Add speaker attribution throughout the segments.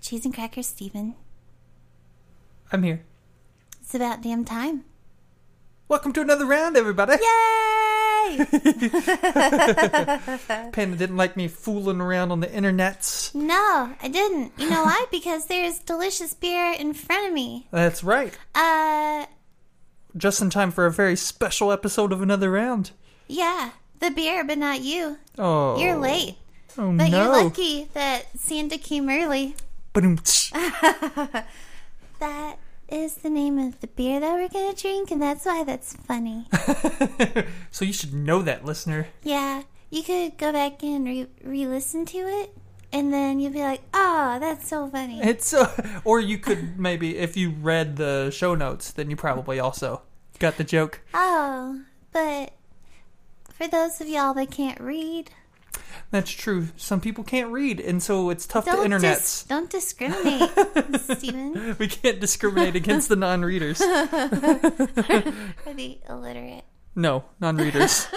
Speaker 1: cheese and crackers, Stephen.
Speaker 2: I'm here.
Speaker 1: It's about damn time.
Speaker 2: Welcome to another round, everybody.
Speaker 1: Yay!
Speaker 2: Panda didn't like me fooling around on the internets.
Speaker 1: no, I didn't. You know why? Because there's delicious beer in front of me.
Speaker 2: That's right.
Speaker 1: Uh,
Speaker 2: Just in time for a very special episode of another round.
Speaker 1: yeah, the beer, but not you.
Speaker 2: Oh,
Speaker 1: You're late.
Speaker 2: Oh
Speaker 1: But
Speaker 2: no.
Speaker 1: you're lucky that Santa came early.
Speaker 2: Ba-doom-tsh.
Speaker 1: That is the name of the beer that we're going to drink, and that's why that's funny.
Speaker 2: so you should know that, listener.
Speaker 1: yeah, you could go back and re- re-listen to it, and then you'll be like, oh, that's so funny.
Speaker 2: It's uh, or you could maybe if you read the show notes, then you probably also got the joke.
Speaker 1: Oh, but for those of y'all that can't read,
Speaker 2: That's true. Some people can't read, and so it's tough to
Speaker 1: don't
Speaker 2: internets.
Speaker 1: dis- don't discriminate, Stephen,
Speaker 2: we can't discriminate against the non-readers.
Speaker 1: for the illiterate.
Speaker 2: No, non-readers.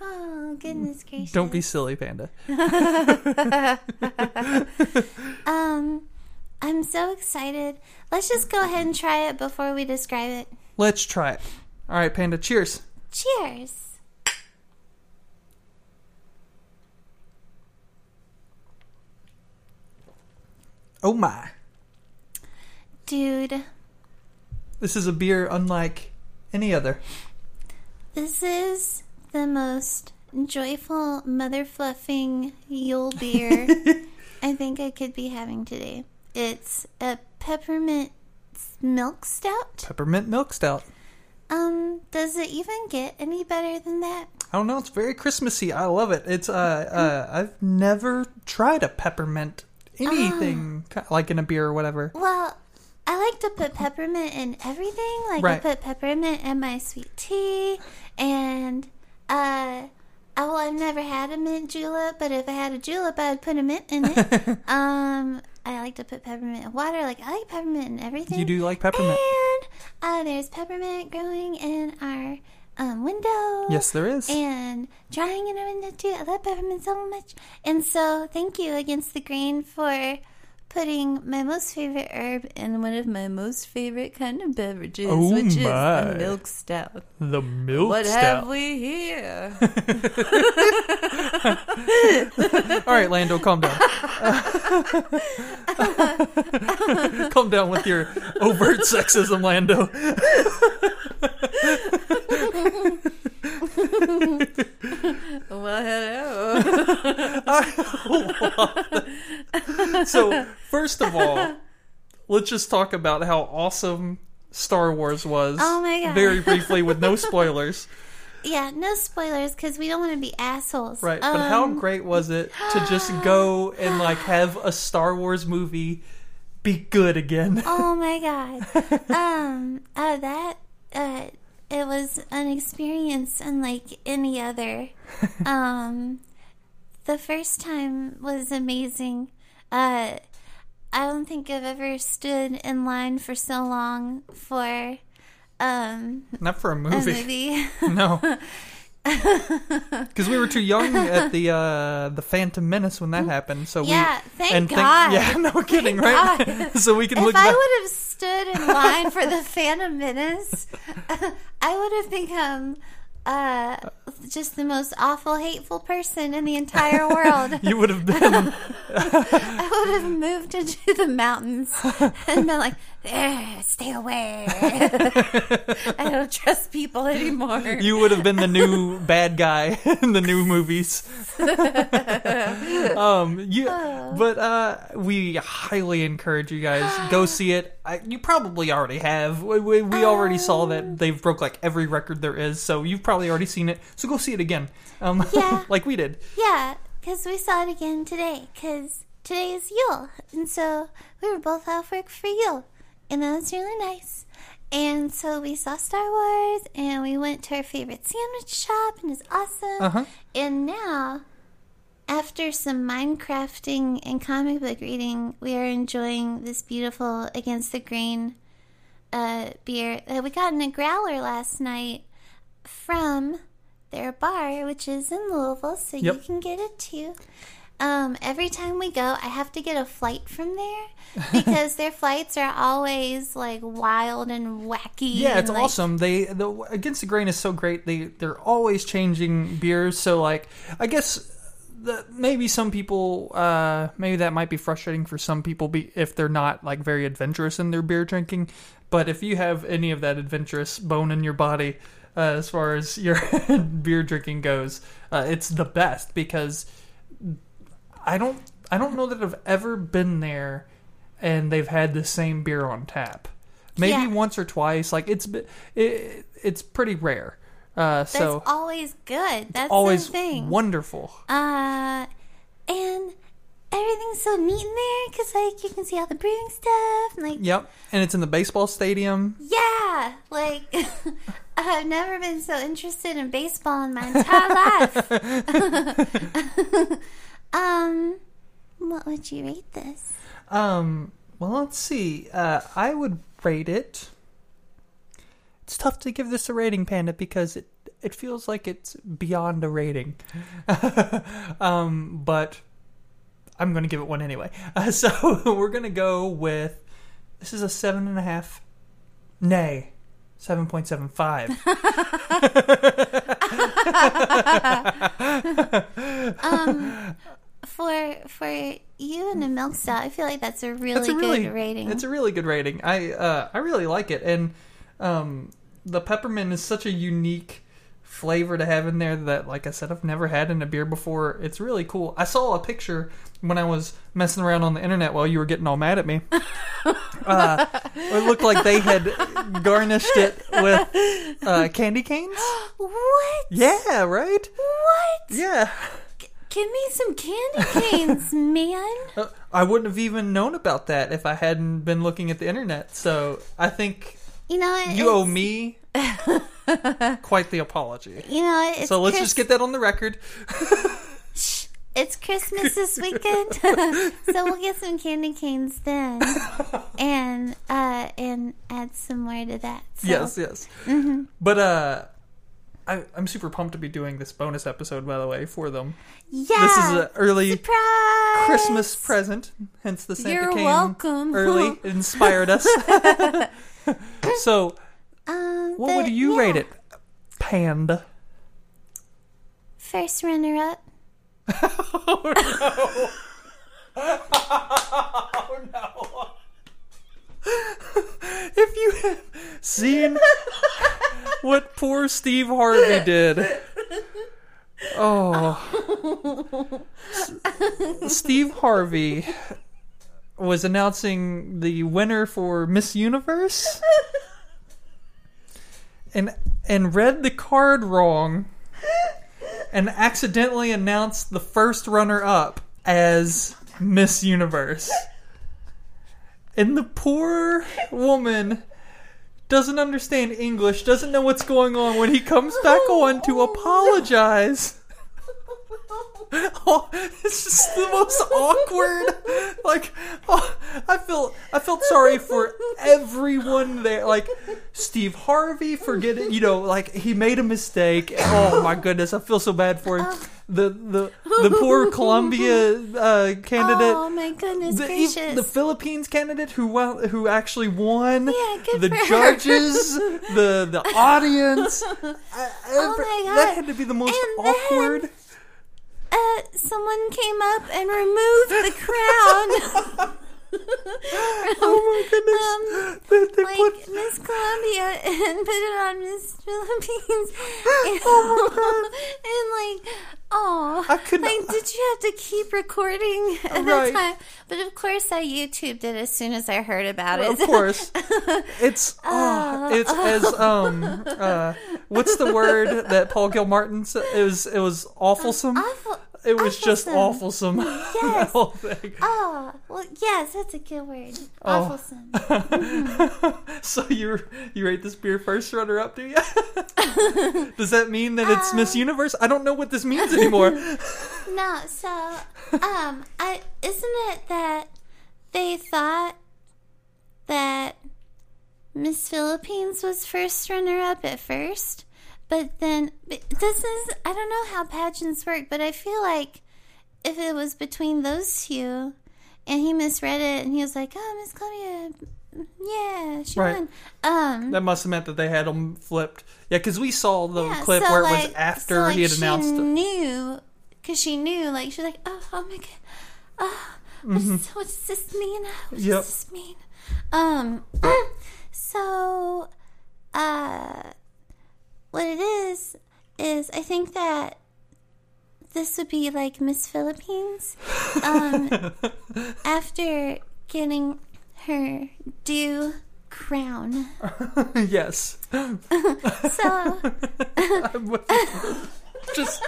Speaker 1: Oh goodness gracious!
Speaker 2: Don't be silly, Panda.
Speaker 1: Um, I'm so excited. Let's just go ahead and try it before we describe it.
Speaker 2: Let's try it. All right, Panda. Cheers.
Speaker 1: Cheers.
Speaker 2: Oh my!
Speaker 1: Dude,
Speaker 2: This is a beer unlike any other.
Speaker 1: this is the most joyful mother fluffing Yule beer I think I could be having today. It's a peppermint milk stout.
Speaker 2: Peppermint milk stout.
Speaker 1: Um, does it even get any better than that?
Speaker 2: I don't know. It's very Christmassy. I love it. It's uh, uh I've never tried a peppermint anything
Speaker 3: Ah.
Speaker 2: ki- like in a beer or whatever.
Speaker 1: Well, I like to put peppermint in everything. Like
Speaker 2: Right.
Speaker 1: I put peppermint in my sweet tea, and uh, I, well, I've never had a mint julep, but if I had a julep, I'd put a mint in it. um, I like to put peppermint in water. Like I like peppermint in everything.
Speaker 2: You do like peppermint?
Speaker 1: And uh, there's peppermint growing in our um, window.
Speaker 2: Yes, there is.
Speaker 3: Eh.
Speaker 1: And drying in a window too. I love peppermint so much. And so, thank you against the grain for putting my most favorite herb in one of my most favorite kind of beverages,
Speaker 2: Oh
Speaker 3: which
Speaker 2: my.
Speaker 3: is the milk stout.
Speaker 2: The milk
Speaker 3: What
Speaker 2: stout.
Speaker 3: have we here?
Speaker 2: All right, Lando, calm down. calm down with your overt sexism, Lando.
Speaker 3: well, hello.
Speaker 2: So, first of all, let's just talk about how awesome Star Wars was.
Speaker 1: Oh my God.
Speaker 2: Very briefly, with no spoilers.
Speaker 1: Yeah, no spoilers because we don't want to be assholes.
Speaker 2: Right, but how
Speaker 1: Um,
Speaker 2: great was it to just go and like have a Star Wars movie be good again?
Speaker 1: oh my god um uh, that uh it was an experience unlike any other um the first time was amazing uh i don't think i've ever stood in line for so long for um
Speaker 2: Not for a
Speaker 1: a
Speaker 2: movie,
Speaker 1: movie
Speaker 2: no. Because we were too young at the uh, the Phantom Menace when that happened, so we
Speaker 1: yeah thank
Speaker 2: and think-
Speaker 1: god
Speaker 2: yeah, no kidding, right? so we can look
Speaker 1: if I
Speaker 2: back.
Speaker 1: would have stood in line for the Phantom Menace, I would have become uh, just the most awful, hateful person in the entire world.
Speaker 2: you would have been
Speaker 1: I would have moved into the mountains and been like, "There, stay away. I don't trust people anymore."
Speaker 2: you would have been the new bad guy in the new movies. um, you, but uh, we highly encourage you guys go see it. I, you probably already have. We, we, we already saw that they've broke like every record there is, so you've probably already seen it. So go see it again, um,
Speaker 1: Yeah.
Speaker 2: like we did.
Speaker 1: Yeah, because we saw it again today. Because today is Yule, and so we were both off work for Yule, and that was really nice. And so we saw Star Wars, and we went to our favorite sandwich shop, and it's awesome.
Speaker 2: Uh-huh.
Speaker 1: And now, after some Minecrafting and comic book reading, we are enjoying this beautiful against the grain uh, beer that we got in a growler last night from their bar, which is in Louisville, so you
Speaker 2: Yep.
Speaker 1: can get it too. Um, every time we go, I have to get a flight from there because their flights are always like wild and wacky.
Speaker 2: Yeah,
Speaker 1: and,
Speaker 2: it's
Speaker 1: like,
Speaker 2: awesome. They the Against the Grain is so great. They they're always changing beers. So like, I guess that maybe some people uh, maybe that might be frustrating for some people be, if they're not like very adventurous in their beer drinking. But if you have any of that adventurous bone in your body uh, as far as your beer drinking goes, uh, it's the best because I don't I don't know that I've ever been there and they've had the same beer on tap. Maybe
Speaker 1: Yeah.
Speaker 2: once or twice. Like it's be- it, it's pretty rare. Uh,
Speaker 1: That's
Speaker 2: so
Speaker 1: always good. That's
Speaker 2: always
Speaker 1: the thing.
Speaker 2: wonderful.
Speaker 1: Uh, and everything's so neat in there because like you can see all the brewing stuff. And, like
Speaker 2: Yep, and it's in the baseball stadium.
Speaker 1: yeah, like I've never been so interested in baseball in my entire life. um, what would you rate this?
Speaker 2: Um, well, let's see. Uh, I would rate it. It's tough to give this a rating, Panda, because it it feels like it's beyond a rating. um, but I'm going to give it one anyway. Uh, so we're going to go with this is a seven and a half, nay, seven point seven five.
Speaker 1: Um, for for you and a milk stout, I feel like that's a really,
Speaker 2: It's a really
Speaker 1: good rating.
Speaker 2: It's a really good rating. I uh, I really like it, and um, the peppermint is such a unique flavor to have in there that, like I said, I've never had in a beer before. It's really cool. I saw a picture when I was messing around on the internet while you were getting all mad at me. uh, it looked like they had garnished it with uh, candy canes.
Speaker 1: what?
Speaker 2: Yeah, right.
Speaker 1: What?
Speaker 2: Yeah.
Speaker 1: Give me some candy canes, man.
Speaker 2: Uh, I wouldn't have even known about that if I hadn't been looking at the internet. So I think
Speaker 1: You know, it-
Speaker 2: You owe me quite the apology.
Speaker 1: You know, it's
Speaker 2: So let's
Speaker 1: Chris-
Speaker 2: just get that on the record.
Speaker 1: It's Christmas this weekend, so we'll get some candy canes then, and uh, and add some more to that. So. Mm-hmm.
Speaker 2: Yes, yes. But uh, I, I'm super pumped to be doing this bonus episode, by the way, for them.
Speaker 1: yeah.
Speaker 2: This is an early
Speaker 1: Ah, surprise
Speaker 2: Christmas present, hence the Santa
Speaker 3: You're
Speaker 2: came
Speaker 3: welcome.
Speaker 2: early. It inspired us. so,
Speaker 1: Um,
Speaker 2: what
Speaker 1: the-
Speaker 2: would you
Speaker 1: yeah.
Speaker 2: rate it, Panda?
Speaker 1: First runner up.
Speaker 2: If you have seen what poor Steve Harvey did. Oh. S- Steve Harvey was announcing the winner for Miss Universe and and read the card wrong and accidentally announced the first runner up as Miss Universe. And the poor woman doesn't understand English, doesn't know what's going on when he comes back on to apologize. Oh, it's just the most awkward. Like, oh, I felt I felt sorry for everyone there. Like Steve Harvey for getting, you know, like he made a mistake. Oh my goodness, I feel so bad for him. The the the poor Columbia uh, candidate
Speaker 1: oh my goodness
Speaker 2: the, ev-
Speaker 1: gracious!
Speaker 2: the Philippines candidate who won, who actually won.
Speaker 1: Yeah, good
Speaker 2: the
Speaker 1: for her.
Speaker 2: judges, the the audience. I- I-
Speaker 1: Oh my
Speaker 2: That
Speaker 1: God.
Speaker 2: had to be the most
Speaker 1: And then-
Speaker 2: awkward.
Speaker 1: uh, someone came up and removed the crown.
Speaker 2: oh my goodness! they, they
Speaker 1: like
Speaker 2: put
Speaker 1: Miss Columbia and put it on Miss Philippines. And,
Speaker 2: Oh
Speaker 1: and, like, oh,
Speaker 2: I could
Speaker 1: like,
Speaker 2: not-
Speaker 1: did you have to keep recording at
Speaker 2: Right.
Speaker 1: that time? But of course, I YouTubed it as soon as I heard about
Speaker 2: of
Speaker 1: it.
Speaker 2: course. It's oh,
Speaker 1: Uh,
Speaker 2: it's as um uh, what's the word that Paul Gilmartin said? It was it was awfulsome.
Speaker 1: Awful.
Speaker 2: it was just
Speaker 1: awfulsome.
Speaker 2: awfulsome. the
Speaker 1: Yes.
Speaker 2: whole thing.
Speaker 1: Oh, well, yes, that's a good word.
Speaker 2: Oh.
Speaker 1: Awfulsome.
Speaker 2: so you you rate this beer first runner up, do you? Does that mean that it's
Speaker 1: Um.
Speaker 2: Miss Universe? I don't know what this means anymore.
Speaker 1: No, so um, I isn't it that they thought that Miss Philippines was first runner up at first, but then but this is I don't know how pageants work, but I feel like if it was between those two, and he misread it, and he was like, "Oh, Miss Columbia, yeah, she
Speaker 2: Right.
Speaker 1: won." Um,
Speaker 2: That must have meant that they had them flipped. Yeah, because we saw the
Speaker 1: yeah,
Speaker 2: clip
Speaker 1: so,
Speaker 2: where it was
Speaker 1: like-
Speaker 2: after
Speaker 1: so,
Speaker 2: he
Speaker 1: like,
Speaker 2: had announced
Speaker 1: She
Speaker 2: it.
Speaker 1: knew because she knew, like she's like, "Oh, oh my god, oh, what, does, what does this mean? What does
Speaker 2: Mm-hmm. Yep.
Speaker 1: this mean?" Um, so, uh, what it is is I think that this would be like Miss Philippines, um, after getting her due crown.
Speaker 2: yes.
Speaker 1: So.
Speaker 2: I was- Just.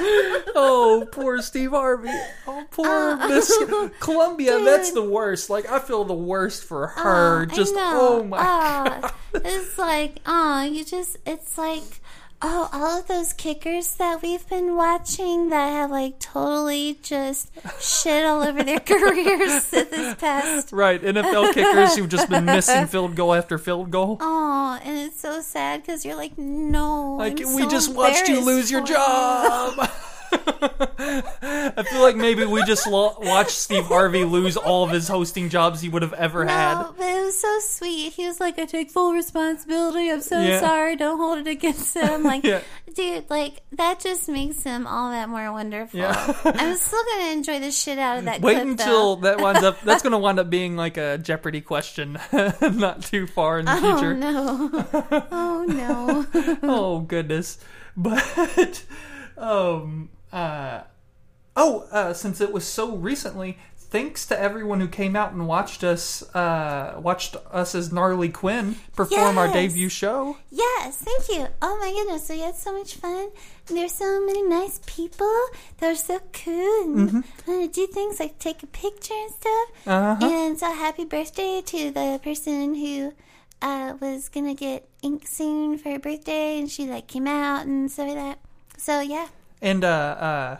Speaker 2: Oh, poor Steve Harvey. Oh, poor Miss Columbia. That's
Speaker 1: Uh, dude. Uh,
Speaker 2: the worst. Like, I feel the worst for her.
Speaker 1: I
Speaker 2: Just,
Speaker 1: know.
Speaker 2: oh my
Speaker 1: Oh, It's like, oh, you just, it's like, oh, all of those kickers that we've been watching that have like totally just shit all over their careers this past.
Speaker 2: Right, NFL kickers who've just been missing field goal after field goal.
Speaker 1: Oh, and it's so sad because you're like, no,
Speaker 2: like
Speaker 1: I'm
Speaker 2: we
Speaker 1: so
Speaker 2: just watched you
Speaker 1: embarrassed
Speaker 2: lose your
Speaker 1: for
Speaker 2: job. I feel like maybe we just lo- watched Steve Harvey lose all of his hosting jobs he would have ever had.
Speaker 1: No, but it was so sweet. He was like, I take full responsibility. I'm so
Speaker 2: Yeah.
Speaker 1: sorry. Don't hold it against him. Like,
Speaker 2: Yeah.
Speaker 1: dude, like, that just makes him all that more wonderful.
Speaker 2: Yeah.
Speaker 1: I'm still going to enjoy the shit out of that
Speaker 2: Wait
Speaker 1: clip,
Speaker 2: until
Speaker 1: though.
Speaker 2: that winds up. That's going to wind up being like a Jeopardy question, not too far in the
Speaker 1: Oh,
Speaker 2: future.
Speaker 1: no. Oh, no.
Speaker 2: oh goodness but um uh oh uh since it was so recently thanks to everyone who came out and watched us uh watched us as gnarly quinn perform our
Speaker 1: Yes.
Speaker 2: debut show
Speaker 1: Yes, thank you. Oh my goodness, we had so much fun. And There's so many nice people that are so cool and want to do things like take a picture and stuff.
Speaker 2: Mm-hmm. Uh-huh.
Speaker 1: And so happy birthday to the person who uh, was gonna get ink soon for her birthday, and she like came out and stuff like that. So yeah,
Speaker 2: and uh uh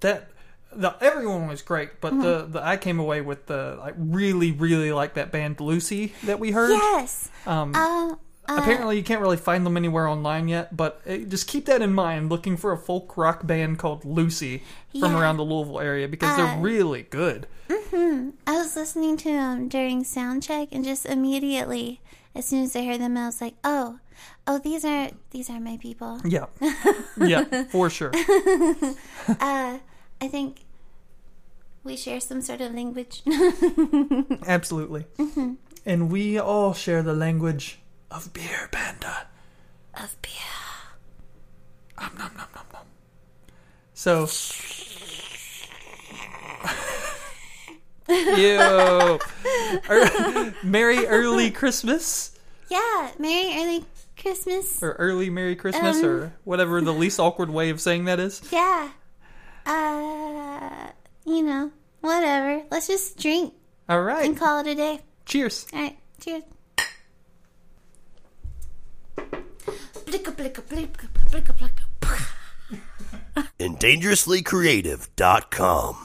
Speaker 2: that the everyone was great but the, the i came away with the like really really like that band lucy that we heard
Speaker 1: yes.
Speaker 2: um
Speaker 1: Uh, uh,
Speaker 2: Apparently, you can't really find them anywhere online yet, but uh, just keep that in mind looking for a folk rock band called Lucy from
Speaker 1: Yeah.
Speaker 2: around the Louisville area because
Speaker 1: Uh,
Speaker 2: they're really good.
Speaker 1: I was listening to them during sound check, and just immediately, as soon as I heard them, I was like, oh, oh, these are these are my people.
Speaker 2: Yeah. yeah, for sure.
Speaker 1: uh, I think we share some sort of language.
Speaker 2: Absolutely. And we all share the language of beer, Panda.
Speaker 1: of beer.
Speaker 2: Om nom nom nom nom. So. Ew. Er- Merry early Christmas.
Speaker 1: Yeah, Merry Early Christmas.
Speaker 2: or early Merry Christmas
Speaker 1: Um.
Speaker 2: or whatever the least awkward way of saying that is.
Speaker 1: Yeah. Uh, you know, whatever. Let's just drink
Speaker 2: All right.
Speaker 1: and call it a day.
Speaker 2: Cheers.
Speaker 1: All right, cheers. Blicka, blicka, blicka, blicka, blicka.
Speaker 4: and dangerouslycreative.com.